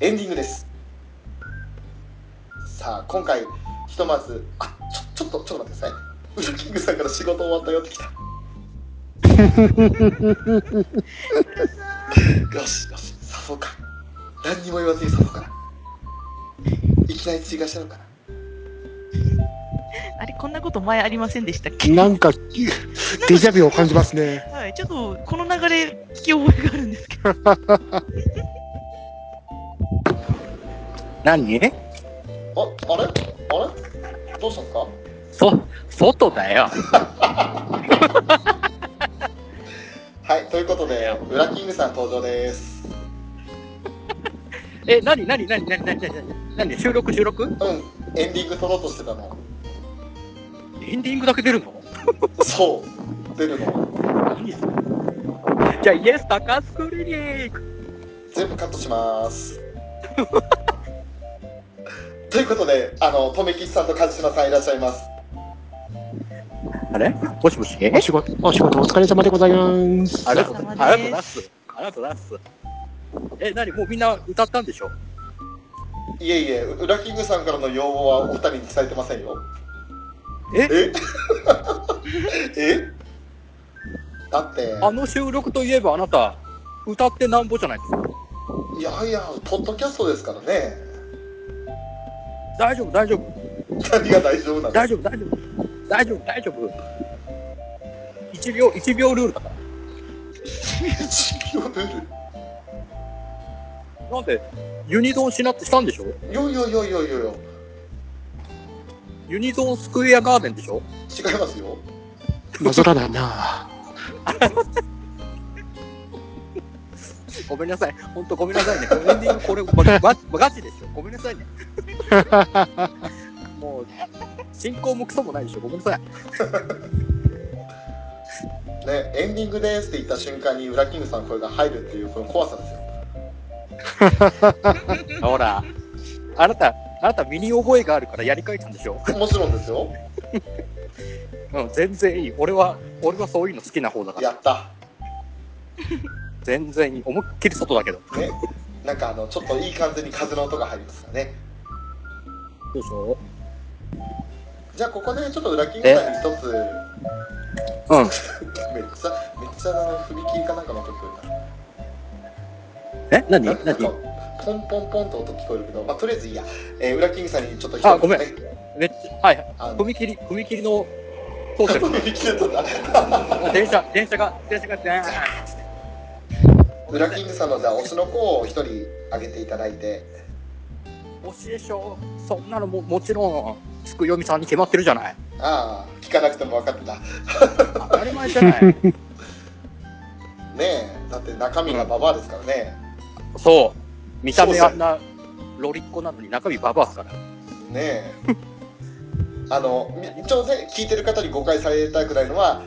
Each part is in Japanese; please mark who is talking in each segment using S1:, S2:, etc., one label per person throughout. S1: エンディングですさあ今回ひとまずあちょちょっとちょっと待ってくださいウルキングさんから仕事終わったよ って来たよしよし誘うか何にも言わずに誘うからいきなり追加しちゃうから
S2: あれ、こんなこと前ありませんでしたっけ
S3: なんか、デジャビュを感じますね。
S2: はい、ちょっとこの流れ、聞き覚えがあるんですけど、
S4: 何
S1: ああれあれどうしたんですか
S4: そ、外だよ。
S1: はいということでウラキングさん登場です
S4: え、何何何何何何何何収録収録
S1: うんエンディング撮ろうとしてたの
S4: エンディングだけ出るの
S1: そう出るの
S4: 何それじゃあ、イエスタカスクリニック
S1: 全部カットします ということであの留吉さんと一島さんいらっしゃいます
S4: あれもしもし
S3: お仕事、お仕事お疲れ様でございます。
S4: ありがとうございます。ありがとうございます。ありがとうございます。え、何もうみんな歌ったんでしょ
S1: いえいえウラキングさんからの要望はお二人に伝えてませんよ
S4: え
S1: え えだって
S4: あの収録といえばあなた、歌ってなんぼじゃないですか。
S1: いやいやポッドキャストですからね
S4: 大丈夫、大丈夫、
S1: 何が大丈夫なの
S4: 大丈夫、大丈夫、大丈夫、大丈夫。1秒、1秒ルールだか
S1: 一秒ル ール
S4: ら。なんで、ユニゾンしなってしたんでしょ
S1: よいよいよいよいよいよ
S4: ユニゾンスクエアガーデンでしょ
S1: 違いますよ
S3: なぞらないな。
S4: ごめんなさい。ほんとごめんなさいね。このエンディングこれ、ま、ま、ガチですよ。ごめんなさい ね。もう、進行もクソもないでしょ。ごめんなさい。
S1: ね、エンディングですって言った瞬間に裏キングさんの声が入るっていうこの怖さですよ
S4: ほら、あなた、あなた身に覚えがあるからやり返したんでしょ
S1: もちろんですよ
S4: うん、全然いい。俺は、俺はそういうの好きな方だから。
S1: やった
S4: 全然いい。思いっきり外だけど。
S1: ねなんかあのちょっといい感じに風の音が入りますからね
S4: どうしよ
S1: じゃあここでちょっと裏キングさんに一つ
S4: ううん。
S1: めっちゃめっちゃあの振り切りかなんかの音聞こえた
S4: え何
S1: ななんか
S4: 何
S1: ポンポンポンと音聞こえるけど、まあ、とりあえずいいや、えー、裏キングさんにちょっと一
S4: あごめん
S1: ね
S4: めっちゃ、はいはい。
S1: あの
S4: 踏切、踏切の、通ってる。
S1: 振り切れたんだ
S4: 電車、電車が、電車が、でーん
S1: 裏キングさんのじゃあ推しの子を一人あげていただいて
S4: 推しでしょそんなのも、もちろん、すくよみさんに決まってるじゃない。
S1: ああ聞かなくても分かってた
S4: 当たり前じゃない。
S1: ねえだって中身がババアですからね、
S4: そう。見た目あんな、ロリっ子なのに中身ババアっすから。
S1: ねえあのみ一応ね聞いてる方に誤解されたくないのは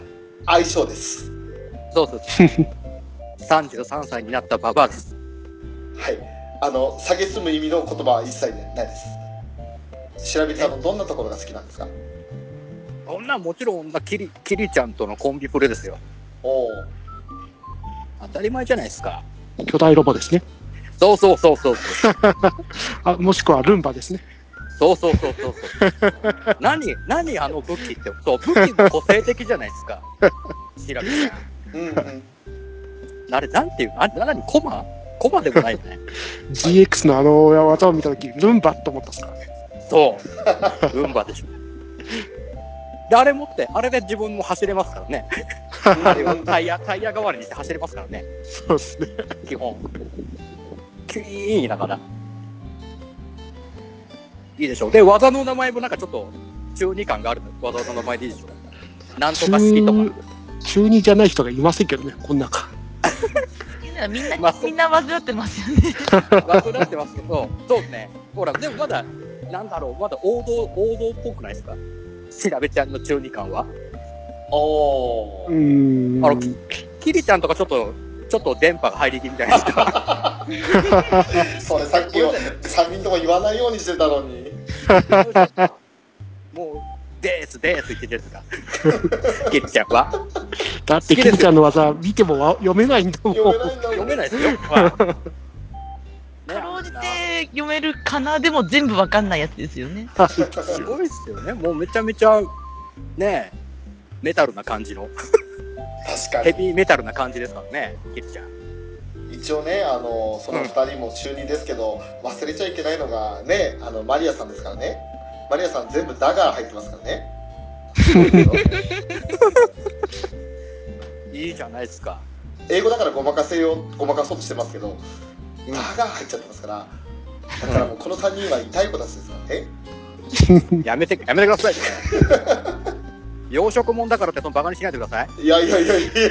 S1: 相性です
S4: そうそうそう。33歳になったババアです。
S1: はいあの蔑む意味の言葉は一切ないです調べてあのどんなところが好きなんですか
S4: 女はもちろん女、キリ、キリちゃんとのコンビプレですよ。
S1: おお
S4: 当たり前じゃないですか。
S3: 巨大ロボですね。
S4: そうそうそうそうそう。
S3: あ、もしくはルンバですね。
S4: そうそうそうそうそう。何、何あの武器って、そう、武器も個性的じゃないですか。シラビち
S1: うんうん
S4: ゃん。あれ、なんていう、あ、なに、コマコマでもないよね。
S3: GX のあの技を見たとき、ルンバと思ったっすからね。
S4: そう。ルンバでしょ。で、あれ持って、あれで自分も走れますからね。あれは タイヤ、タイヤ代わりにして走れますからね。
S3: そうですね。
S4: 基本。キュイーンだから。いいでしょう。で、技の名前もなんかちょっと、中二感がある技の名前でいいでしょう。なんとか式とか。
S3: 中中二じゃない人がいませんけどね、こん中。
S2: みん
S4: まあ
S2: な、
S4: そう
S2: みんな患ってます よね。
S4: 楽になってますけど、そうですね。ほら、でもまだ、なんだろう、まだ王道、王道っぽくないですか調べちゃんの中二感は。
S1: おお
S3: うーん。
S4: あのキリちゃんとかちょっと、ちょっと電波が入り気味じゃないですか。
S1: それさっきは3人とも言わないようにしてたのに
S4: もう、でーす、でーす言ってるじゃないですか。キリちゃんは。
S3: だって、キリちゃんの技見てもわ読めないんだもん。
S1: 読めないんだもん
S4: 読めないですよ。まあね
S2: かろうじて読めるかなでも全部わかんないやつですよね。
S3: あそうです
S4: す
S3: よ
S4: ごいっすよね。もうめちゃめちゃ、ねえ、メタルな感じの、
S1: 確か
S4: ヘビーメタルな感じですからね、キリちゃん。
S1: に一応ねあのその2人も中2ですけど、忘れちゃいけないのがねあのマリアさんですからねマリアさん全部「だ」が入ってますからね
S4: いいじゃないですか。
S1: 英語だからごまかせようごまかそうとしてますけど「
S4: うん
S1: だ」が入っちゃってますからだからもうこの3人は痛い子たちですからね
S4: やめて、やめてください。 養殖もんだからって、そのバカにしないでください。
S1: いやいやいやいやいや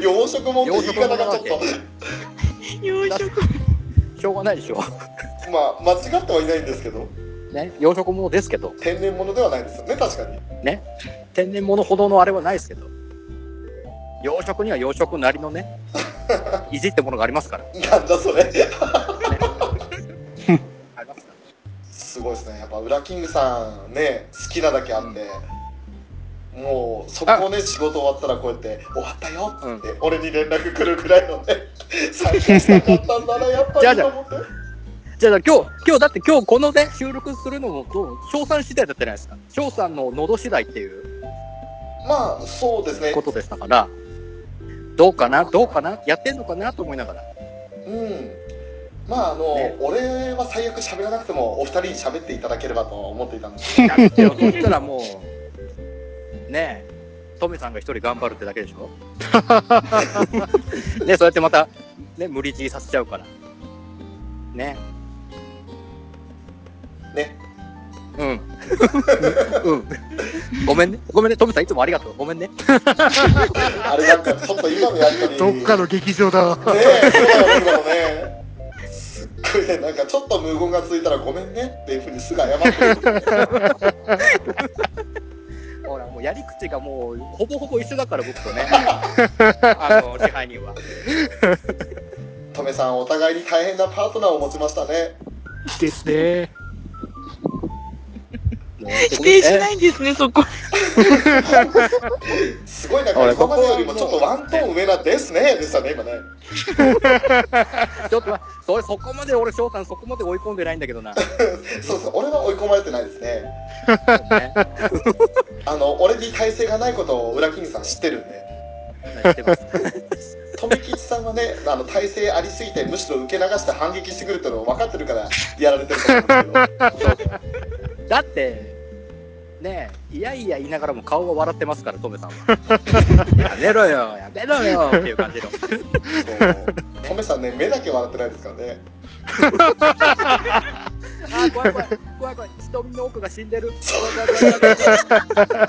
S1: 養殖もんって言い方がちょっ
S4: 養殖もんなわ
S1: と
S2: 養殖
S4: しょうがないでしょ。
S1: まあ間違ってはいないんですけど
S4: ね、養殖ものですけど、
S1: 天然物ではないですよね確かに
S4: 天然物ほどのあれはないですけど、養殖には養殖なりのね、いじってものがありますから。
S1: なんだそれ
S4: ありますから
S1: すごいですねやっぱウラキングさんね好きなだけあって、もうそこをね仕事終わったらこうやって「終わったよ」
S4: う
S1: っ
S4: ん
S1: て、俺に連絡来るくらいのね参加したかったんだなやっぱりと思って
S4: じゃあ、今日、今日だって今日このね、収録するのも、どう翔さん次第だったじゃないですか。翔さんの喉次第っていう
S1: まあそうですね
S4: ことでしたから、どうかな、どうかな、やってんのかなと思いながら。
S1: うんまああの、
S4: ね
S1: 俺は最悪喋らなくてもお二人に喋っていただければと思っていたんです
S4: やってよ、そしたらもう、ねえ、トメさんが一人頑張るってだけでしょねそうやってまた、ね、無理強いさせちゃうから。ね
S1: ね
S4: うん。 うん。ごめんね。ごめんね。トメさんいつもありがとう。ごめんね。
S1: あれなんかちょっと今のやりとり
S3: どっかの劇場だわ
S1: ねえそうだよね今のねすっごいねなんかちょっと無言がついたら「ごめんね」っていうふうにすぐ謝ってる
S4: ほら、もうやり口がもう、ほぼほぼ一緒だから、僕と ね。あの、支配人は。。
S1: トメさんお互いに大変なパートナーを持ちましたね
S3: ですね
S2: 否定しないいんですね、そこ。
S1: すごいなん
S4: あ
S1: か
S4: れ
S1: 今までよりもちょっとワントーン上なですねでしたね今ね
S4: ちょっと待って、それ、そこまで俺、翔さん、そこまで追い込んでないんだけどな。
S1: そうそう俺は追い込まれてないですね
S4: ね
S1: あの俺に耐性がないことを裏キングさん知ってるんで
S4: 言ってます
S1: 富吉さんはねあの耐性ありすぎてむしろ受け流して反撃してくるってのを分かってるからやられてると思うんですけど
S4: だって、ねえ、いやいや言いながらも顔が笑ってますから、トメさんは。やめろよ、やめろよっていう感じの。
S1: そうトメさんね目だけ笑ってないですからね
S4: あー、怖い怖い、怖い怖い、瞳の奥が死んでる。怖い怖い怖い怖い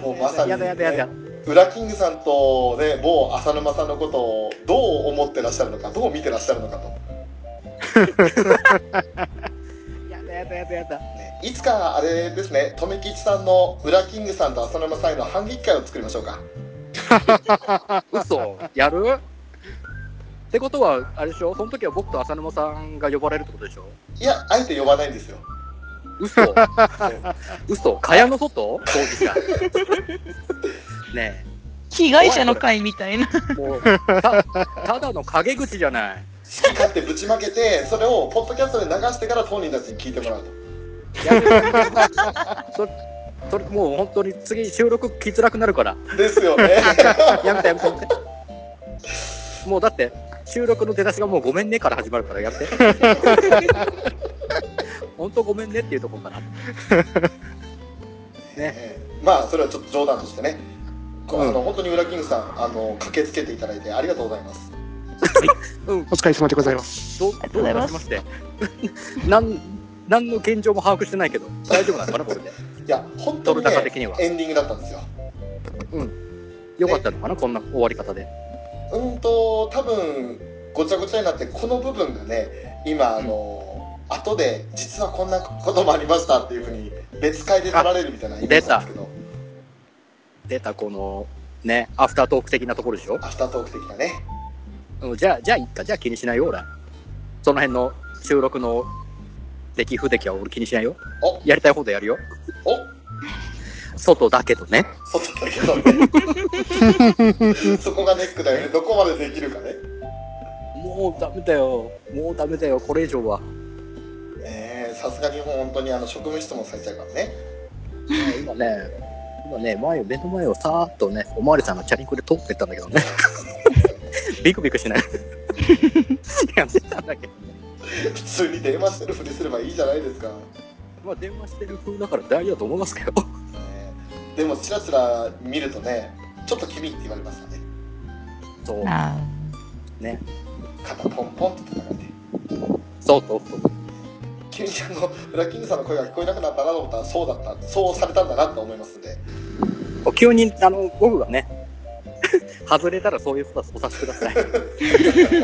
S1: もうまさに
S4: やだやだやだやだ。
S1: 裏キングさんとね某浅沼さんのことをどう思ってらっしゃるのかどう見てらっしゃるのかと、
S4: やだやだやだやだ。
S1: ね、いつかあれですね留吉さんの裏キングさんと浅沼さんへの反撃会を作りましょうか
S4: 嘘やるってことは、あれでしょその時は僕と浅沼さんが呼ばれるってことでしょ
S1: いやあえて呼ばないんですよ
S4: 嘘嘘蚊帳の外当事者。 ね
S2: 被害者の会みたいな。
S4: え、もう、たただの陰口じゃない。
S1: 好き勝手ぶちまけてそれをポッドキャストで流してから当人たちに聞いてもらうと
S4: やめろそれ、それもう本当に次収録来づらくなるから。
S1: ですよ ね
S4: やめてやめてやめて。もうだって、収録の出だしがもうごめんねから始まるからやめて。本当ごめんねっていうところかな。ね。
S1: ええまあそれはちょっと冗談としてねこうあの
S4: う
S1: 本当に裏キングさんあの駆けつけていただいてありがとうございます
S4: うん、
S3: お疲れ様でございます
S4: どう
S2: ありがと
S4: ど
S2: うご
S4: う
S2: ざ
S4: い
S2: い
S4: た
S2: ま
S4: し
S2: す
S4: まして。なん、なんの現状も把握してないけど、大丈夫なのかな、これで。
S1: いや本当に、ね
S4: 撮る高的には、
S1: エンディングだったんですよ
S4: よかったのかな、こんな終わり方で。
S1: うんと多分ごちゃごちゃになってこの部分がね今あの、後で実はこんなこともありましたっていうふうに別会で取られるみたいなイメージなんですけど
S4: 出た、この、ね、アフタートーク的なところでしょ。
S1: アフタートーク的なね
S4: うん、じゃあ、じゃあ、いっか、じゃあ気にしないよ、俺。その辺の収録の出来不出来は俺気にしないよ。
S1: お
S4: やりたい放題やるよ。
S1: お
S4: 外だけどね。
S1: 外だけどねそこがネックだよねどこまでできるかね
S4: もうダメだよ。もうダメだよ。これ以上は。
S1: ねえさすが日本本当にあの職務質問されちゃうからね
S4: ね今ね、今ね、前を、目の前をさーっとね、おまわりさんがチャリンコで通ってったんだけどね。 ビクビクし ない。やってたんだけどね。
S1: 普通に電話してるふりすればいいじゃないですか、ね
S4: まあ電話してる風だから大丈夫だと思いますけど。
S1: えでもちらちら見るとねちょっと君って言われましたね
S4: そう。
S2: あ
S4: ね。
S1: 肩ポンポンって叩かれて
S4: そうそうそう。
S1: 急にあの裏キングさんの声が聞こえなくなったなと思ったらそうだったそうされたんだなと思いますんで
S4: お急に、あの、僕がね、 外れたらそういうことはお察しください。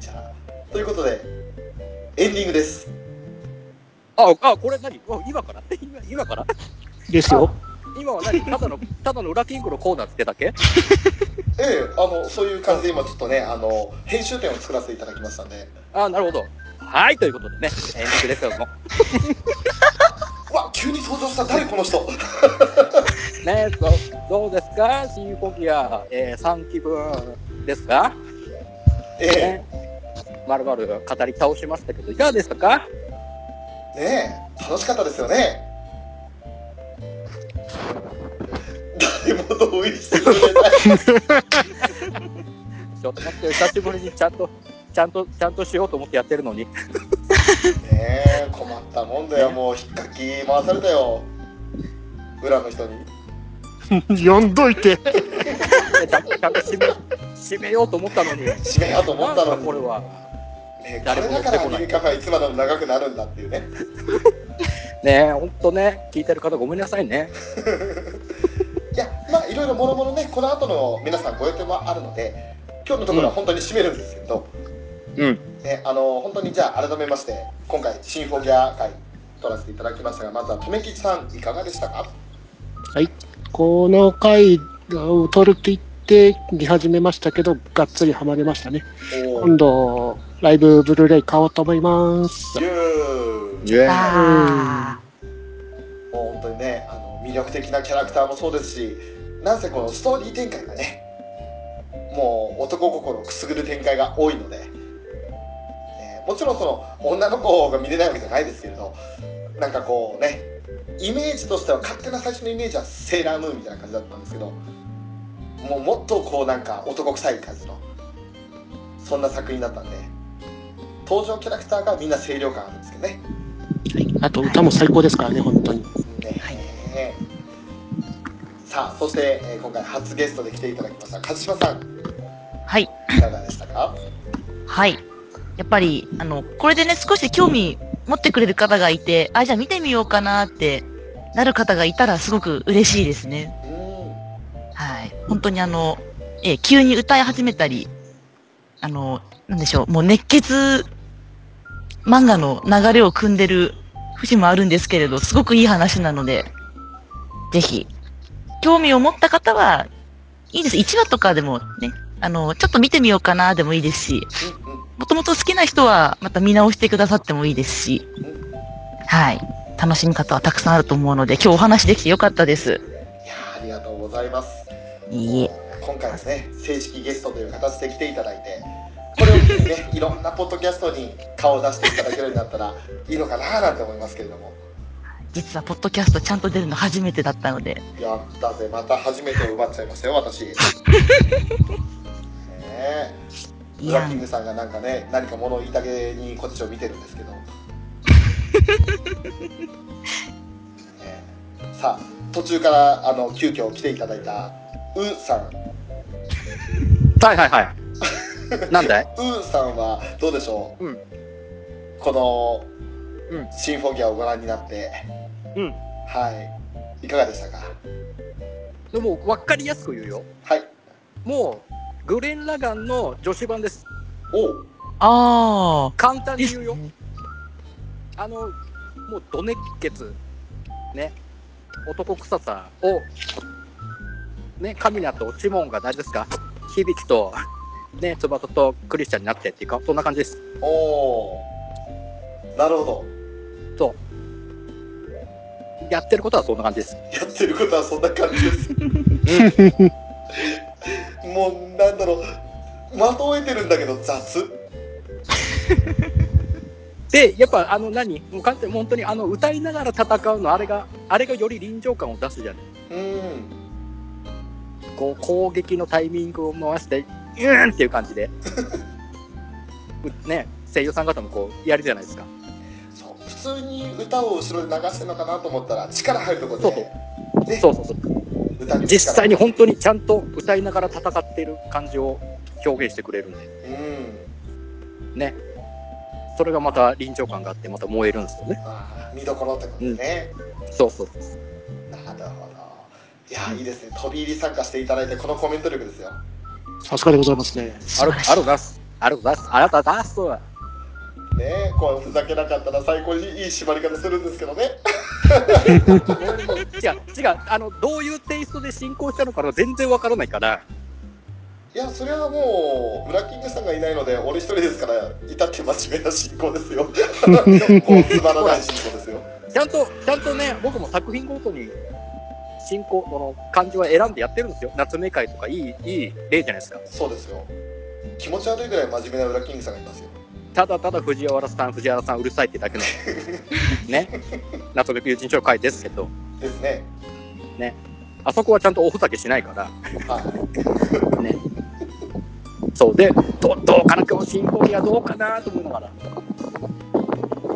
S1: じゃあということでエンディングです
S4: あ、あ、これ何わ今から今今から
S3: ですよ。
S4: 今は何ただの、ただの裏キングのコーナーってだけ
S1: ええあのそういう感じで今ちょっとねあの編集点を作らせていただきましたんで
S4: あ、なるほど。はい、ということでね、エンディングですけども。
S1: うわ急に登場した誰この人
S4: ねそうどうですか新コギア、えー、3期分ですか、
S1: ええ
S4: ね、まるまる語り倒しましたけど、いかがでしたか
S1: ねえ楽しかったですよね誰も同意してくれ ない
S4: ちょっと待って、久しぶりにちゃんと、ちゃんと、ちゃんとしようと思ってやってるのに。
S1: ねえ困ったもんだよもう引っかき回されたよ裏の人に
S3: 呼んどいて。
S4: ちゃんと、ちゃんと締め、締めようと思ったのに。
S1: 締めようと思ったの
S4: なんだ
S1: に
S4: これは。
S1: ねえこ
S4: 誰
S1: れ
S4: も
S1: だからアニメカフェはいつまでも長くなるんだっていうね
S4: ねえ、ほんとね、聞いてる方ごめんなさいね。
S1: いやまあいろいろもろもろねこの後の皆さんご予定もあるので今日のところは本当に締めるんですけど、
S4: うん。
S1: ね、あの本当にじゃあ改めまして今回シンフォギア会取らせていただきましたがまずは留吉さんいかがでしたか
S3: この回を撮ると言って見始めましたけど、がっつりハマりましたね。
S1: おー
S3: 今度、ライブブルーレイ買おうと思います。
S1: ゆー
S2: あ。あ
S1: もう本当にねあの魅力的なキャラクターもそうですしなんせこのストーリー展開がねもう男心をくすぐる展開が多いので、ねもちろんその女の子が見れないわけじゃないですけれどなんかこうねイメージとしては勝手な最初のイメージはセーラームーンみたいな感じだったんですけどもうもっとこうなんか男臭い感じのそんな作品だったんで登場キャラクターがみんな清涼感あるんですけどね
S3: あと、歌も最高ですからね、本当に。
S1: ねえさあそして、えー今回初ゲストで来ていただきました一島さん
S2: ーはい。
S1: いかがでしたか
S2: はい。やっぱり、あの、これでね、少し興味持ってくれる方がいて、あ、じゃあ見てみようかなって、なる方がいたらすごく嬉しいですね。
S1: うん
S2: はい。本当にあの、えー急に歌い始めたり、あの、なんでしょう、もう熱血漫画の流れを組んでる節もあるんですけれど、すごくいい話なので、ぜひ、興味を持った方は、いいです。1話とかでもね、あの、ちょっと見てみようかなでもいいですし、もともと好きな人はまた見直してくださってもいいですし、
S1: うんうんうんい
S2: はい。楽しみ方はたくさんあると思うので、今日お話できてよかったです。
S1: やーありがとうございます
S2: いいえ。
S1: 今回はね正式ゲストという形で来ていただいてこれを機にねいろんなポッドキャストに顔を出していただけるようになったらいいのかなーなんて思いますけれども
S2: 実は、ポッドキャストちゃんと出るの初めてだったので、
S1: やったぜまた初めて奪っちゃいましたよ私 ねえ
S2: い
S1: ブ
S2: や
S1: ラッキングさんがなんかね何か物言いたげにこっちを見てるんですけどねさあ途中からあの急遽来ていただいたウーさん
S4: はいはいはい。なんだい
S1: ウーさんはどうでしょう、
S4: うん
S1: この、
S4: うん
S1: シンフォギアをご覧になって
S4: うん。
S1: はいいかがでしたか
S4: でも、わかりやすく言うよ。
S1: はい
S4: もう、グレン・ラガンの女子版です。
S1: おう
S2: あ
S4: 簡単
S2: あ。
S4: に
S2: で
S4: 言
S2: す
S4: うよ。
S2: ね。
S4: あの、もう、ド熱血、ね、男臭さを、ね、神名とチモンが何ですか響と、ね、つばととクリスチャンになってっていうか、そんな感じです。
S1: おーなるほど
S4: やってることはそんな感じです。
S1: やってる ことはそんな感じです。もうなんだろうまとえてるんだけど雑
S4: で、やっぱあの何もう完全に本当にあの歌いながら戦うの、あれが、あれがより臨場感を出すじゃな
S1: う
S4: い。
S1: ん
S4: こう攻撃のタイミングを回して、うーんっていう感じで。うね、声優さん方もこうやるじゃないですか。
S1: そう普通に歌を後ろで流してるのかなと思ったら力入るとこ
S4: そ
S1: ろ
S4: う
S1: でね
S4: そうそうそう。
S1: 歌にも力
S4: 実際に本当にちゃんと歌いながら戦っている感じを表現してくれるんで。
S1: うん
S4: ね。それがまた臨場感があって、また燃えるんですよね。
S1: あー見どころってことね、
S4: そうそうそう。
S1: なるほどいやいいですね飛び入り参加していただいてこのコメント力ですよ
S3: さすがでございますね。
S4: ある、ある出す。ある出す。あなた出すと。
S1: ねこうふざけなかったら最高にいい縛り方するんですけどね
S4: 違う、違う。あの、どういうテイストで進行したのかな全然わからないから。
S1: いやそれはもうブラッキングさんがいないので俺一人ですから至って真面目な進行ですよもうつまらない進行ですよ
S4: ちゃんと、ちゃんとね、僕も作品ごとに進行、この漢字は選んでやってるんですよ。夏目会とかいい、いい例じゃないですか。
S1: そうですよ気持ち悪いぐらい真面目なブラッキングさんがいますよ
S4: ただただ藤原さん、藤原さんうるさいってだけの。 ね。夏目友人帳会ですけど、
S1: ですね
S4: あそこはちゃんとおふざけしないから。
S1: はい
S4: ね。そうで、どどうかな、今日進行にはどうかなと思いながら。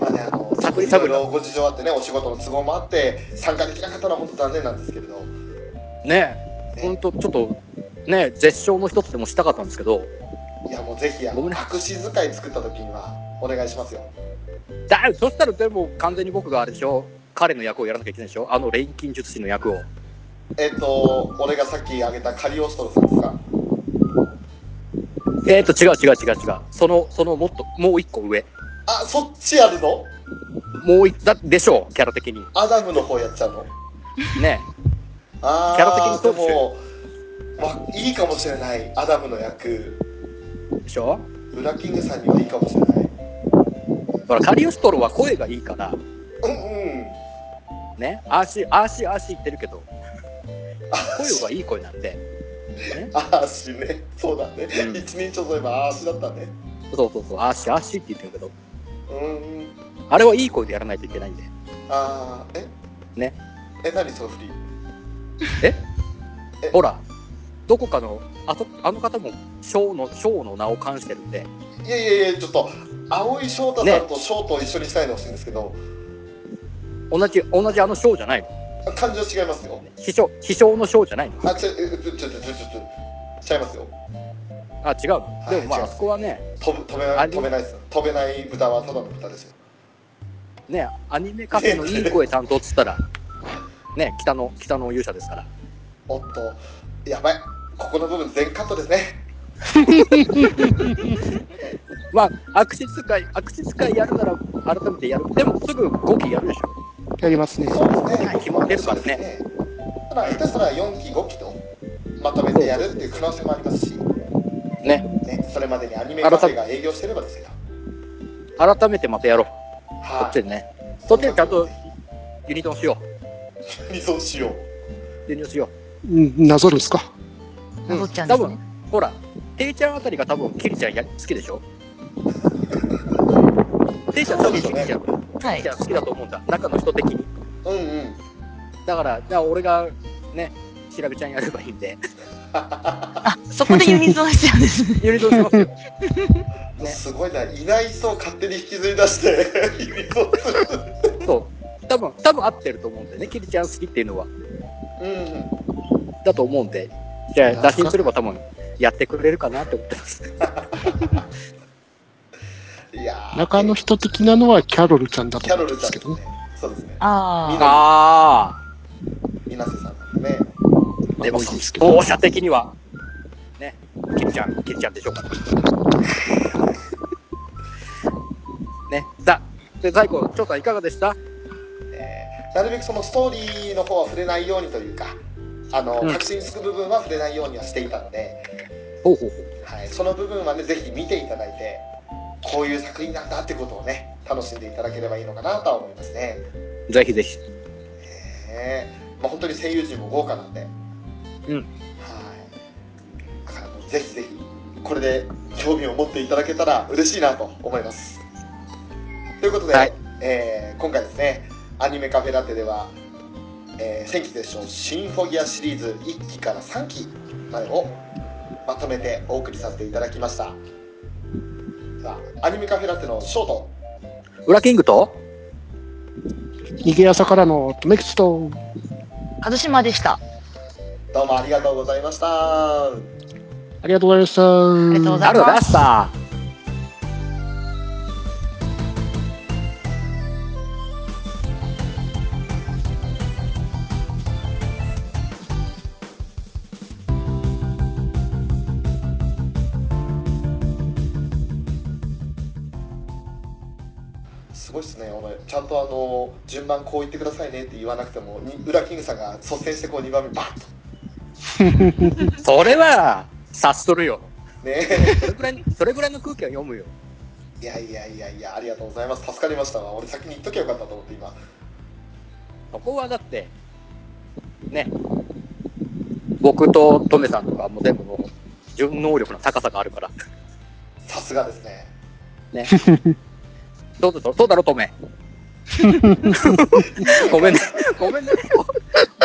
S1: まあねあの
S4: 探り
S1: いろ
S4: 探
S1: い
S4: りだ
S1: ろご事情あってねお仕事の都合もあって参加できなかったのは本当残念なんですけれど
S4: ねほんと、ちょっと、ね、絶唱の一つでもしたかったんですけど、
S1: いやもうぜひあ
S4: ご
S1: の
S4: めん
S1: 隠し図解作った時にはお願いしますよ
S4: だそしたらでも完全に僕があれでしょ、彼の役をやらなきゃいけないでしょ、あの錬金術師の役を。
S1: えっと俺がさっき挙げたカリオストロさんですか
S4: えっ、と、違う違う違う違う。その、そのもっと、もう一個上。
S1: あそっちやるの
S4: もう一、だ、でしょう、キャラ的に。
S1: アダムの方やっちゃうの
S4: ね。
S1: あー
S4: キャラ的にそうです
S1: も、ま、いいかもしれないアダムの役
S4: でしょ
S1: ブラッキングさんにはいいかもしれない
S4: ほら、カリオストロは声がいいから、
S1: うんうん
S4: ね。あーし、あーし、あーし言ってるけど、声はいい声なんで。ね。
S1: あーしねそうだね、
S4: うん
S1: 一人称といえばあーしだったね
S4: そうそうそう、あーし、あーしって言ってるけど、
S1: うんうん
S4: あれはいい声でやらないといけないんで。
S1: あーえ
S4: ね
S1: え何その振り
S4: ほら、どこかの、あと、あの方も、翔の、翔の名を冠してるんで、
S1: いやいやいやちょっと青井翔太さんと翔と一緒にしたいのほしいんですけど、
S4: 同じ、同じあの翔じゃないの。
S1: 感じは違いますよ
S4: 秘書、秘書の翔じゃないの。
S1: あちょえちょちょちょちょちょちゃいますよ
S4: あ、違うの。
S1: い
S4: でもま
S1: 違
S4: あ、
S1: う
S4: あそこはね、
S1: 飛ぶ飛べ
S4: あ
S1: ない
S4: れ
S1: 飛べないです飛べない豚はただの豚ですよ
S4: ね、アニメカフェのいい声担当っつったら、ね、北の、北の勇者ですから。
S1: おっとやばいここの部分全カットですね
S4: まあ、握手使い、握手使いやるなら、改めてやる。でも、すぐ5期やるでしょ。
S3: やりますね。
S1: そうですね
S4: 決まってるからね
S1: ただ下手したら4期5期とまとめてやるっていう可能性もありますし、
S4: ね、
S1: ね、それまでにアニメカフェが営業してればですよ
S4: 改めてまたやろう。こっ
S1: は
S4: ち
S1: い
S4: でね。そっちでちゃんとユニゾンしよ
S1: 依存しよう
S4: う。ユニゾンしよ
S3: うん、なぞるんですか。
S2: なぞっちゃ
S4: う。
S2: うんで
S4: 多
S2: す
S4: 分
S2: ね。、
S4: ほら、ていちゃんあたりが多分、キリちゃんや好きでしょていちゃん多分キリちゃん、キ
S2: は
S4: リ
S2: い
S4: ちゃ。ん好きだと思うんだ。中の人的に。
S1: うんうん
S4: だから、じゃあ俺がね、しらべちゃんやればいいんで、
S2: あ、そこでユニゾンしちゃうんですね。
S4: ユニゾンしますよ。ね
S1: すごいないない人を勝手に引きずり出して 依存する
S4: そう。多分、多分合ってると思うんでね、キリちゃん好きっていうのは。
S1: うんうん
S4: だと思うんで、じゃあ打診すれば多分やってくれるかなって思ってます。
S1: いやー
S3: 中の人的なのはキャロルちゃんだ
S1: キ
S3: と
S1: ャロ
S3: 思うん
S1: ルち
S3: で
S1: ゃんで
S3: すけ
S1: す
S3: ど
S1: ね
S3: ね。
S1: そうですね
S2: あ
S4: あ
S1: 水瀬さんなんでね
S4: あ
S3: ま
S4: で
S3: あ
S4: も、
S3: 多いですけど。
S4: 当社的には、ね、キリちゃん、キリちゃんでしょうか。 ね、さあ、で、最後、ちょっといかがでした
S1: えーなるべくそのストーリーの方は触れないようにというかあの、
S4: うん
S1: 確信つく部分は触れないようにはしていたので、
S4: ほうほうほ
S1: はい、その部分はねぜひ見ていただいてこういう作品なんだってことをね楽しんでいただければいいのかなとは思いますね、
S4: う。ぜひぜひ。
S1: えーまあ、本当に声優陣も豪華なんで
S4: うん
S1: はいだからもうぜひぜひここれで興味を持っていただけたら嬉しいなと思いますということで、
S4: はい
S1: えー今回ですねアニメカフェラテでは「えー、戦記絶唱シンフォギア」シリーズ1期から3期までをまとめてお送りさせていただきましたさあアニメカフェラテのショート
S4: 裏キングと
S3: 逃げ朝からのメキシと
S2: 和島でした。
S1: どうもありがとうございました
S3: ありがとうございました
S2: ありがとうございました
S4: なるラスター。
S1: すごいっすね、お前ちゃんとあの順番こう言ってくださいねって言わなくても、に裏キングさんが率先してこう2番目、バッと、
S4: それは察するよ。
S1: ね、
S4: それぐらいそれぐらいの空気は読むよ。
S1: いやいやいやいや、ありがとうございます、助かりましたわ、俺、先に言っときゃよかったと思って、今、
S4: そこはだってね僕とトメさんとかもう全部もう純能力の高さがあるから。
S1: さすがですね、
S4: ね。どうだろうどうだろう、ト メ。ごめんね。ごめんね。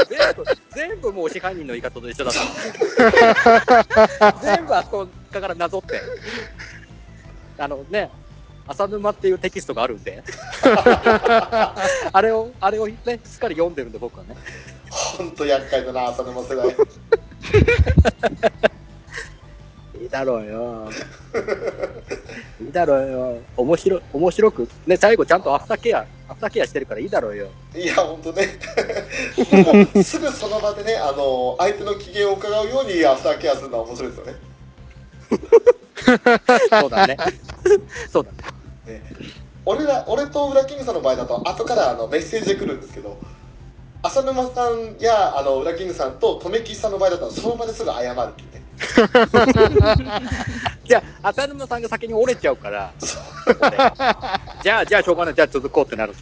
S4: 全部、全部もう支配人の言い方と一緒だな。全部あそこだからなぞって。あのね、浅沼っていうテキストがあるんで。あれを、あれをね、しっかり読んでるんで、僕はね。
S1: ほんと厄介だな、浅沼世代、
S4: いいだろうよ。いいだろうよ。面白い、面白く。ね、最後ちゃんとアフターケア、アフターケアしてるからいいだろうよ。
S1: いや、ほんとね、でもすぐその場でね、あの相手の機嫌を伺うように、アフターケアするのは面白いですよね。
S4: そうだ ね。そうだね。
S1: ね俺ら俺と裏キングさんの場合だと後からあのメッセージで来るんですけど浅沼さんやあの裏キングさんと留吉さんの場合だとその場ですぐ謝るっていうね
S4: じゃあ、浅沼さんが先に折れちゃうから、俺じゃあ、じゃあ、しょうがない、じゃあ続こうってなる。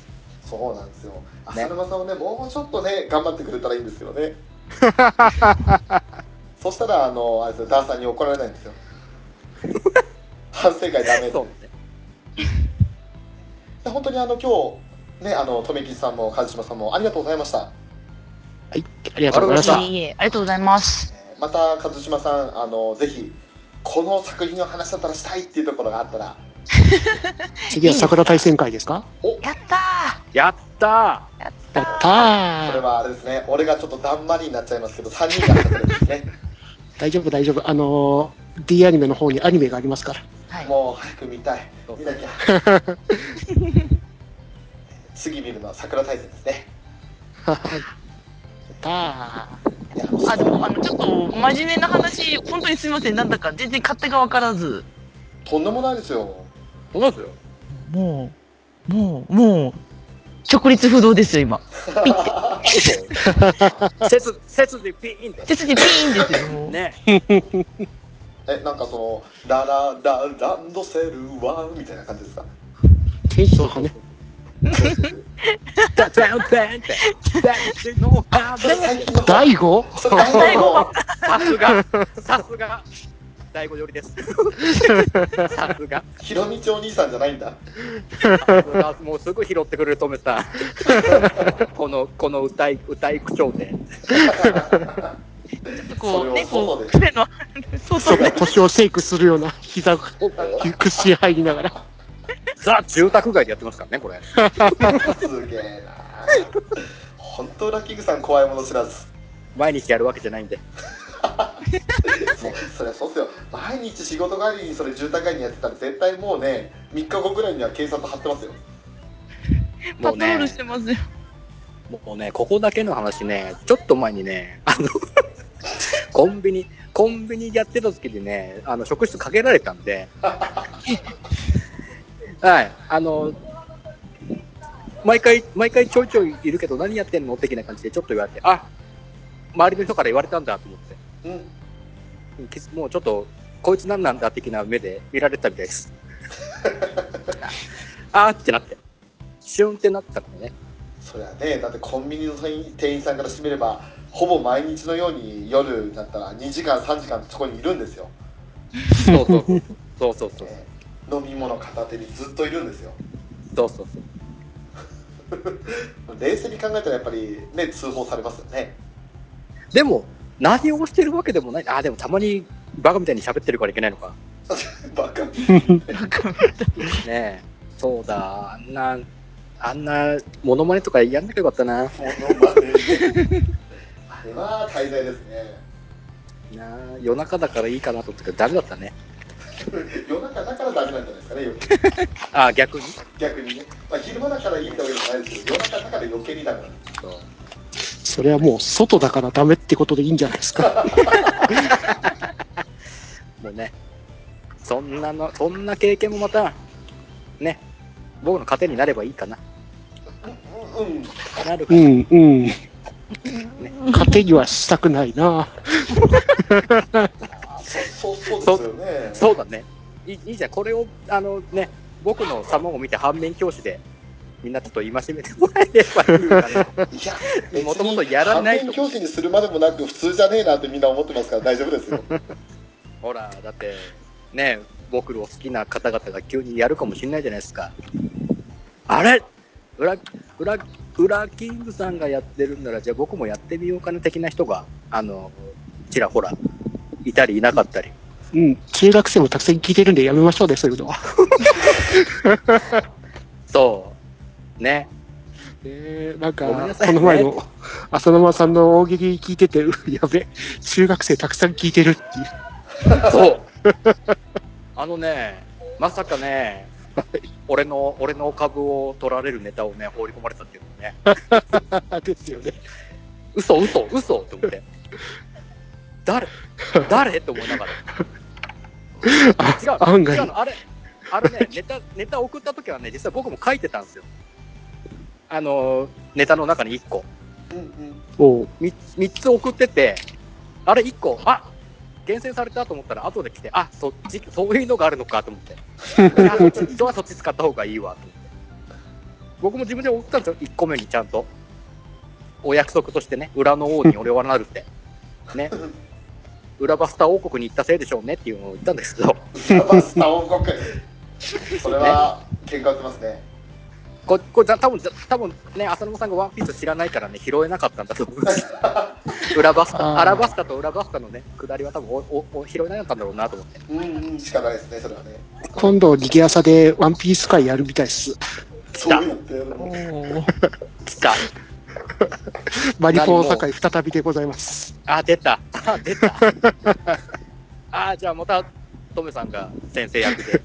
S1: そうなんですよ浅沼さんをねもうちょっとね頑張ってくれたらいいんですけど ねそしたらあのあれですよダーさんに怒られないんですよ 反省会ダメ
S4: そうね。
S1: で本当にあの今日ねあの留吉さんも一島さんもありがとうございました
S3: はいありがとうございました
S2: いえいえ、ありがとうございます。
S1: えーまた和島さんあのぜひこの作品の話だったらしたいっていうところがあったら
S3: 次は桜対戦会ですか
S2: やった
S4: やった
S2: ーやった
S3: や
S2: ー
S3: った
S1: それ
S3: ー
S1: はあれですね俺がちょっとだんまりになっちゃいますけど3人が集めですね
S3: 大丈夫大丈夫あのー D アニメの方にアニメがありますから
S2: はい。
S1: もう早く見たい
S4: そう
S1: 見な きゃ次見るのは桜大戦ですね
S3: はいやったー
S1: いや
S2: あ、でも、あ
S1: そ
S2: の、ちょっと、真面目な話、本当にすみません。なんだか全然勝手がわからず。
S1: うとんでもないですよ
S4: ーそうですよ。
S2: もう、もう、もう、直立不動ですよ、今。
S4: せつ、せつでピーンっ
S2: 手筋ピーンですよ、も
S4: て。
S2: う。
S4: ね。
S1: えなんかその「ラララランドセルは」みたいな感じですか
S3: 天使の羽
S4: ダダンダンって。ダンダンのハ
S1: それ最近の方
S3: 大悟
S1: それ最
S2: 最
S1: 後
S2: 後
S1: の
S2: は、
S4: さすが、さすが、大悟よりです。さすが、
S1: ひろみちお兄さんじゃないんだ
S4: もうすぐ拾ってくれるとめさ。この、この歌い、歌い口調で。
S2: こう、ね、
S1: それを
S2: こ
S1: 外
S2: う、
S1: で
S2: 彼の、そう
S3: ちょ
S2: そ
S3: っと
S2: う。
S3: 腰をシェイクするような膝が屈指入りながら
S4: ザ住宅街でやってますからね、これ。
S1: すげえな本当ラッキングさん怖いもの知らず
S4: 毎日やるわけじゃないんで。
S1: そそりゃそうっすよ毎日仕事帰りにそれ住宅街にやってたら絶対もうね3日後ぐらいには警察張ってますよ
S2: パトロ
S4: もうね
S2: ールしてますよ。
S4: もうね、ここだけの話ね、ちょっと前にね、あの、 コンビニ、コンビニやってた時にね、あの、職質かけられたんで、 はい、あの、毎回、毎回ちょいちょいいるけど何やってんの的な感じでちょっと言われて、あ、周りの人から言われたんだと思って
S1: うん
S4: うんきつ、もうちょっと、こいつ何なんだ的な目で見られたみたいです。 あーってなって、シュンってなったからね。
S1: そりゃねだってコンビニの店員店員さんからしてみればほぼ毎日のように夜だったら2時間3時間そこにいるんですよ
S4: そうそう そうそうそう
S1: えー飲み物片手にずっといるんですよ
S4: そうそうそう
S1: 冷静に考えたらやっぱりね通報されますよね
S4: でも何をしてるわけでもないあでもたまにバカみたいに喋ってるからいけないのか
S1: バカ
S2: なんか
S4: ねえそうだあんなあんなモノマネとかやんなきゃよかったな
S1: モノマネ あれは滞在ですね
S4: なあ夜中だからいいかなと思ったけどダメだったね
S1: 夜中だからダメなんじゃないですかねよ
S4: あ逆に
S1: 逆にね、まあ、昼間だからいいってわけじゃないですけど夜中だから余計にダメなんです
S4: そう
S3: それはもう外だからダメってことでいいんじゃないです か。
S4: もうねそんなのそんな経験もまたね僕の糧になればいいかな
S1: うんうん
S4: なるか
S3: う
S4: な、
S3: んうん。糧にはしたくないな。
S1: あそうそうそうですよね
S4: そうだねいいいいじゃんこれをあのね僕の様を見て反面教師でみんなちょっと戒めてもらえればいいかない
S1: や
S4: もともとやらないと
S1: と教師にするまでもなく普通じゃねえなってみんな思ってますから大丈夫ですよ
S4: ほらだってね僕の好きな方々が急にやるかもしれないじゃないですかあれ裏裏裏キングさんがやってるんならじゃあ僕もやってみようかな的な人があのちらほらいたりいなかったり
S3: うん。中学生もたくさん聞いてるんでやめましょうね、そういうのは。
S4: そうね
S3: えー、なんか、
S4: ごめんなさい
S3: こ
S4: ね
S3: の前の浅沼さんの大喜利聞いてて、うやべ、中学生たくさん聞いてるっていう。
S4: そう。あのね、まさかね、俺の、俺の株を取られるネタをね、放り込まれたっていうのね。
S3: あですよね。
S4: 嘘、嘘、嘘って思って。誰誰って思いながら。違うの、
S3: 案外
S4: 違うの、あれ、あ れね、ネタ、ネタ送った時はね、実は僕も書いてたんですよ。あの、ネタの中に1個。
S1: うんうん
S3: おう
S4: 3, 三つ送ってて、あれ1個、あ厳選されたと思ったら、後で来て、あそっち、そういうのがあるのかと 思って、あそっち人はそっち使った方がいいわと思って、僕も自分で送ったんですよ、1個目にちゃんと。お約束としてね、裏の王に俺はなるって、 ね、裏バスター王国に行ったせいでしょうねっていうのを言ったんですけど、
S1: ザバスタ王国それは喧嘩売ってますね
S4: ここれ、多分多分ね、浅沼さんがワンピース知らないからね、拾えなかったんだと思うんですよ裏バスタ
S3: あ
S4: ー、
S3: ー
S4: アラバスタと裏バスタのね、下りは多分おおお拾えなかったんだろうなと思って。
S1: うんうんしかないですねそれはね
S3: 今度、逃げ朝でワンピース会やるみたいです。
S1: そう言ってやるの
S4: 来た。
S3: マリポー会再びでございます。
S4: あ、出た。あ、出た。あ、じゃあまた、トムさんが先生役で。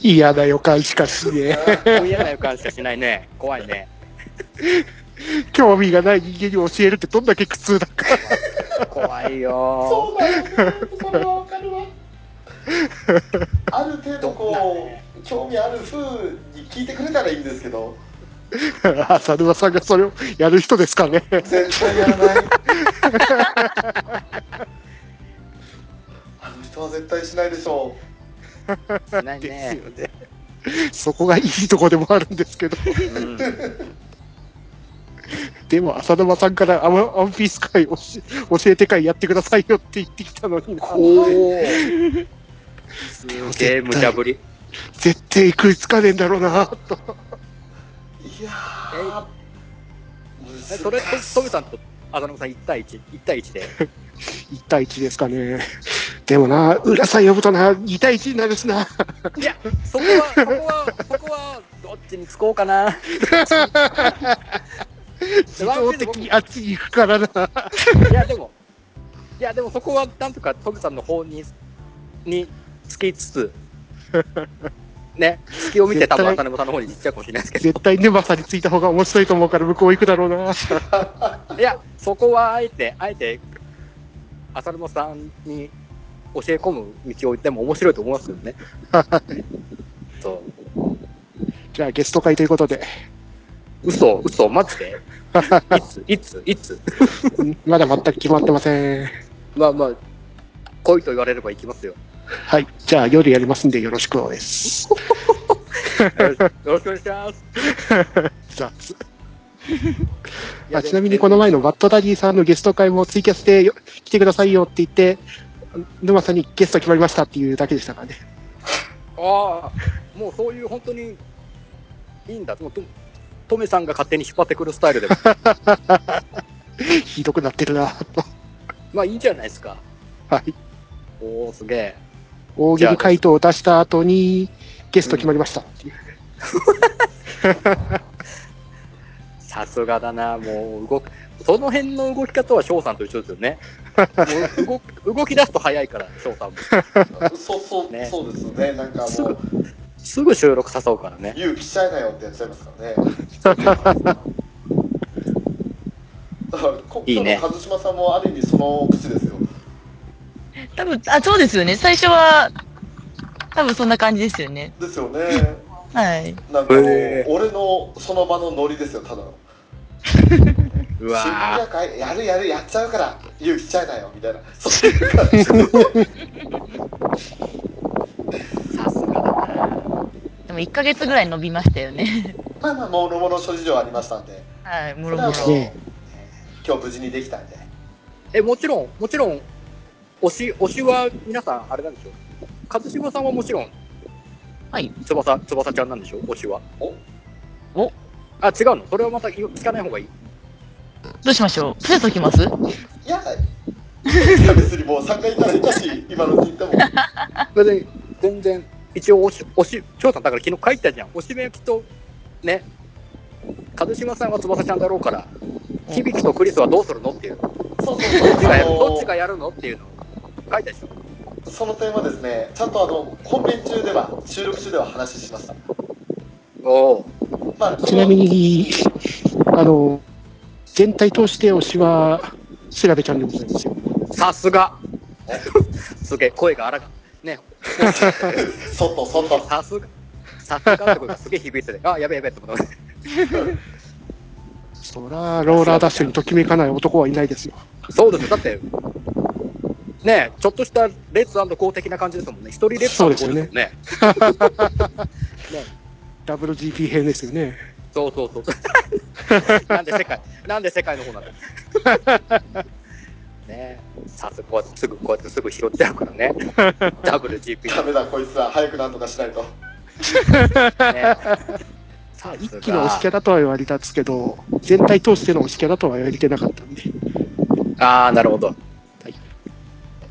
S3: 嫌な予感しかしね え。
S4: 嫌な予感しかしないね。怖いね。
S3: 興味がない人間に教えるってどんだけ苦痛だか。
S4: 怖いよ
S1: そうだよねそれはわかる わある程度こう興味ある風に聞いてくれたらいいんですけど
S3: 浅沼さんがそれをやる人ですかね。
S1: 絶対やらない あの人は絶対しないでしょ
S4: ー。しない
S3: です
S4: ね
S3: よ。ね。そこがいいとこでもあるんですけど。
S4: う ん、
S3: でも、浅沼さんからアマワンピース会教え教えて会やってくださいよって言ってきたのにな、
S4: おー。すげえ無茶ぶり。
S3: 絶対食いつかねえんだろうな、と。
S1: ういやー
S4: えそれ、トトムさんと浅野さん1対1、1対1で。
S3: 1対1ですかね。でもな、浦さん呼ぶとな、2対1になるしな。
S4: いや、そこは、そこは、そこは、どっちにつこうかな。
S3: 自動的にあっちに行くからな。
S4: いやでも、いやでもそこはなんとかトムさんの方ににつきつつ、ね、隙を見て多分
S3: 絶対
S4: 渡辺さんの方に行っちゃうかもしれないですけ
S3: 絶対沼さんについた方が面白いと思うから向こう行くだろうな。
S4: ど、いや、そこはあえて、あえて、浅沼さんに教え込む道を言っても面白いと思いますけど ね。そう
S3: じゃあゲスト会ということで、
S4: 嘘、嘘、マジでいつ、いつ、いつ
S3: うんまだ全く決まってません。
S4: まあまあ、来いと言われれば行き ますよ。
S3: はい。じゃあ夜やりますんでよろしくおです。
S4: よろしよろしくお願いしま
S3: 雑
S4: す。
S3: あちなみにこの前のバッドダディさんのゲスト会もツイキャスでよ来てくださいよって言って、沼さんにゲスト決まりましたっていうだけでしたからね。
S4: ああ、もうそういう本当にいいんだ。もうとトメさんが勝手に引っ張ってくるスタイル でも、
S3: ひどくなってるな と。
S4: まあいいんじゃないですか。
S3: はい。
S4: おお、すげえ。
S3: 大喜利回答を出した後に、ゲスト決まりましたっていう。
S4: さすがだな、もう動く。その辺の動き方は翔さんと一緒ですよね。もう動 く動き出すと早いから、翔さんも。
S1: そうそう、
S4: ね
S1: そうですよねなんか
S4: す
S1: も
S4: ぐ
S1: う
S4: すぐ収録誘うからね。
S1: 勇気しちゃいなよってやっちゃいますからね だからこ
S4: いい
S1: 今
S4: ね
S1: 日の一島さんもある意味その口ですよ
S2: 多分、あ、そうですよね。最初は、多分そんな感じですよね。
S1: ですよね
S2: はい。
S1: なんかもう、
S4: へー
S1: 俺のその場のノリですよただの新
S4: うわ
S1: 入
S4: ー
S1: 会やるやるやっちゃうから勇気しちゃいなよみたいなそういう感じ
S4: さすがだな。
S2: でも1ヶ月ぐらい伸びましたよね。
S1: まあまあもろもろ諸事情ありましたんで
S2: はい、
S1: そ
S2: もろ
S1: れ
S2: も
S1: は
S2: ろ。
S1: もう
S3: ね
S1: 今日無事にできたんで
S4: え、もちろん、もちろん、推し、推しは皆さんあれなんでしょ一茂さんはもちろん、
S2: はい。
S4: 翼、翼ちゃんなんでしょ推しは。
S1: お
S2: お
S4: あ、違うのそれはまた言う聞かない方がいい。
S2: どうしましょう伏せときま
S1: い
S2: す
S1: やいや別にもう3回言ったらいたし今のうち言っても
S4: 別に、全然、一応推し、推し、翔さんだから昨日書いてたじゃん。推し名きっと、ね、一茂さんは翼ちゃんだろうから、響とクリスはどうするのっていう。どっ
S1: そうそうそう
S4: ちがや
S1: あ
S4: る
S1: の
S4: どっちがやるのっていうのを書いたでしょ。
S1: その点はですねちゃんとあの本編中では収録中では話しました
S4: おお。
S1: まあ
S3: ちなみに、あの、全体通して推しは、調べちゃんでございますよ。
S4: さすが。 すげえ、声が荒が。ね、
S1: 外外
S4: さすが、さすがってことがすげえ響いてて、あ、やべえやべえってことで。
S3: そら、ローラーダッシュにときめかない男はいないですよ。
S4: そうですよ、だって、ねえ、ちょっとした列公的な感じですもんね。一人列
S3: そうですよね
S4: 公ですもんね。
S3: WGP 編ですよね。
S4: そうそうそう。 なんで世界、なんで世界の方なんだよねえ、さすがこうやってすぐ、こうやってすぐ拾っちゃうか らね。WGP
S1: ダメだこいつら早くなんとかしないと
S4: ね。さ
S3: 一
S4: す
S3: 気の推しキャ
S4: が。
S3: ラとは言われたんですけど、全体通しての推しキャラとは言われてなかったんで。
S4: ああ、なるほど。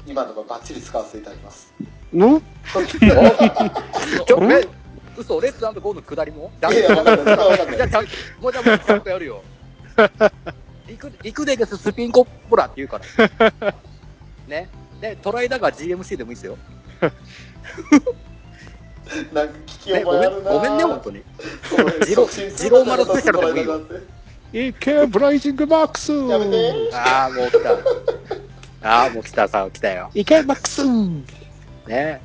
S1: 今のがバッチリ使わせていただきます
S3: の
S4: ちょ、ね、嘘、レッツゴーの下りもダ
S1: い
S4: メ
S1: やい
S4: だ
S1: や分かんないそれは分かんない
S4: じゃあ、ちゃんもうじゃあもうちゃんとやるよ。行く、行くでです、スピンコッポラって言うから。ね。で、トライだが GMC でもいいですよ。
S1: なんか聞き
S4: ね、ご
S1: 覚えあ
S4: めん、
S1: るな
S4: ごめんね、本当に。
S1: に
S4: ジロジローマルスペシャルでもいいよ
S3: AK ブライジングマックス
S1: やめて
S4: ああ、もう来た。ああ、もう来た、さあ、来たよ。
S3: !IK マックス
S4: ね。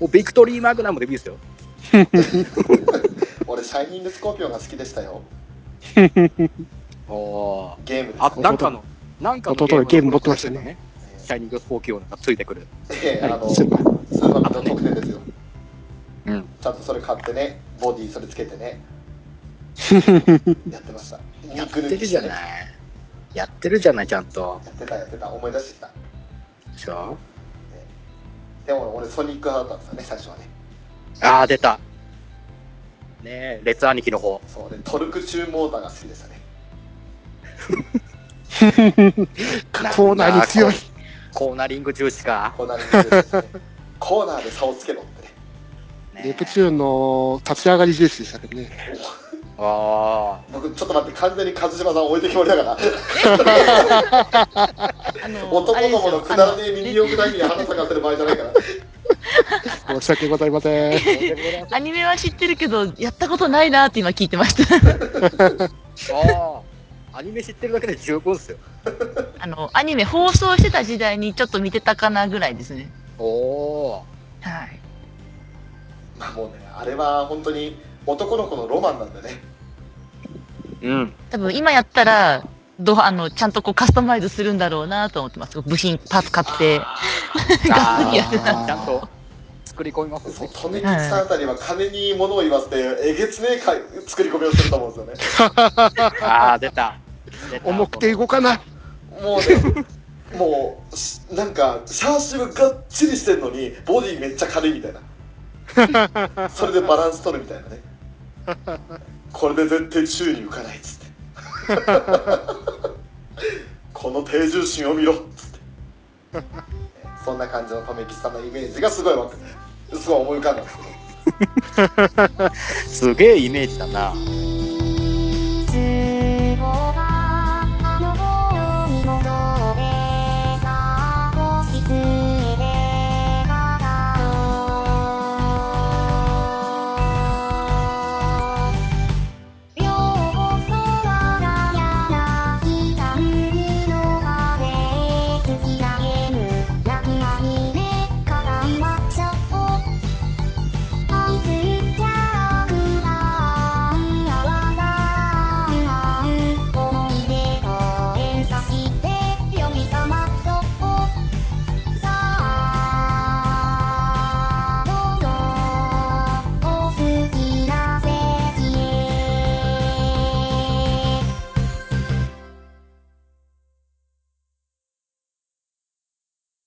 S4: もうビクトリーマグナムでもいいですよ。
S1: 俺シャイニングスコーピオンが好きでしたよ
S4: おお。
S1: ゲームです
S4: あ、なんかの、なんかの
S3: 弟がゲーム持ってましたね。
S4: シャイニングスポーキオンがついてくる。
S1: ええあの
S3: ス
S1: ス
S3: ーパー。
S1: ーパーミの特典ですよ
S4: うん。
S1: ちゃんとそれ買ってねボディそれつけて ねやってました
S4: やっ
S1: 肉
S4: て
S1: 抜
S4: る
S1: き
S4: じ
S1: し
S4: ゃ
S1: てね
S4: ない。やってるじゃない、ちゃんと。
S1: やってたやってた思い出してきた
S4: でしょ
S1: でも俺ソニック派だったんですよね最初はね
S4: ああ、出た。ねえ、列兄貴の方。
S1: そうでトルクチューンモーターが好きでしたね
S3: コーナーに強い。
S4: コーナリング重視か。
S1: コーナーに強い ですねコーナーで差をつけろってね
S4: ねえ
S3: ネプチューンの立ち上がり重視でしたけどね。
S4: あ
S1: 僕ちょっと待って完全に一島さん置いてきぼりだから
S2: あの
S1: 男どものくだらねえ
S2: あ
S1: 右
S2: れ
S1: 奥だけに花咲かせる場合じゃないから
S3: 申し訳ございません。
S2: ですよアニメは知ってるけど、やったことないなって今聞いてま した。
S4: あ。ああ。アニメ知ってるだけで十分っすよ。
S2: あの、アニメ放送してた時代にちょっと見てたかなぐらいですね。
S4: おお
S2: はい。
S1: まあもうねあれは本当に男の子のロマンなんでね
S4: ー。うん。
S2: 多分今やったら、どう、あの、ちゃんとこうカスタマイズするんだろうなと思ってます。部品、パーツ買って。
S4: あ
S2: がっつりやる
S4: あちゃんと作り込みますよ
S1: そう
S4: ね。
S1: 利吉さんあたりは金に物を言わせてえげつねえか作り込みをすると思うんですよね
S4: ああ、出た。出た
S3: 重くて動かない。
S1: もうねもうすなんかシャーシががっちりしてんのにボディめっちゃ軽いみたいなそれでバランス取るみたいなねこれで絶対宙に浮かないっつってこの低重心を見ろっつってそんな感じの亀吉さんのイメージがすごいわすごい思い浮かんだんですけど
S4: すげえイメージだな。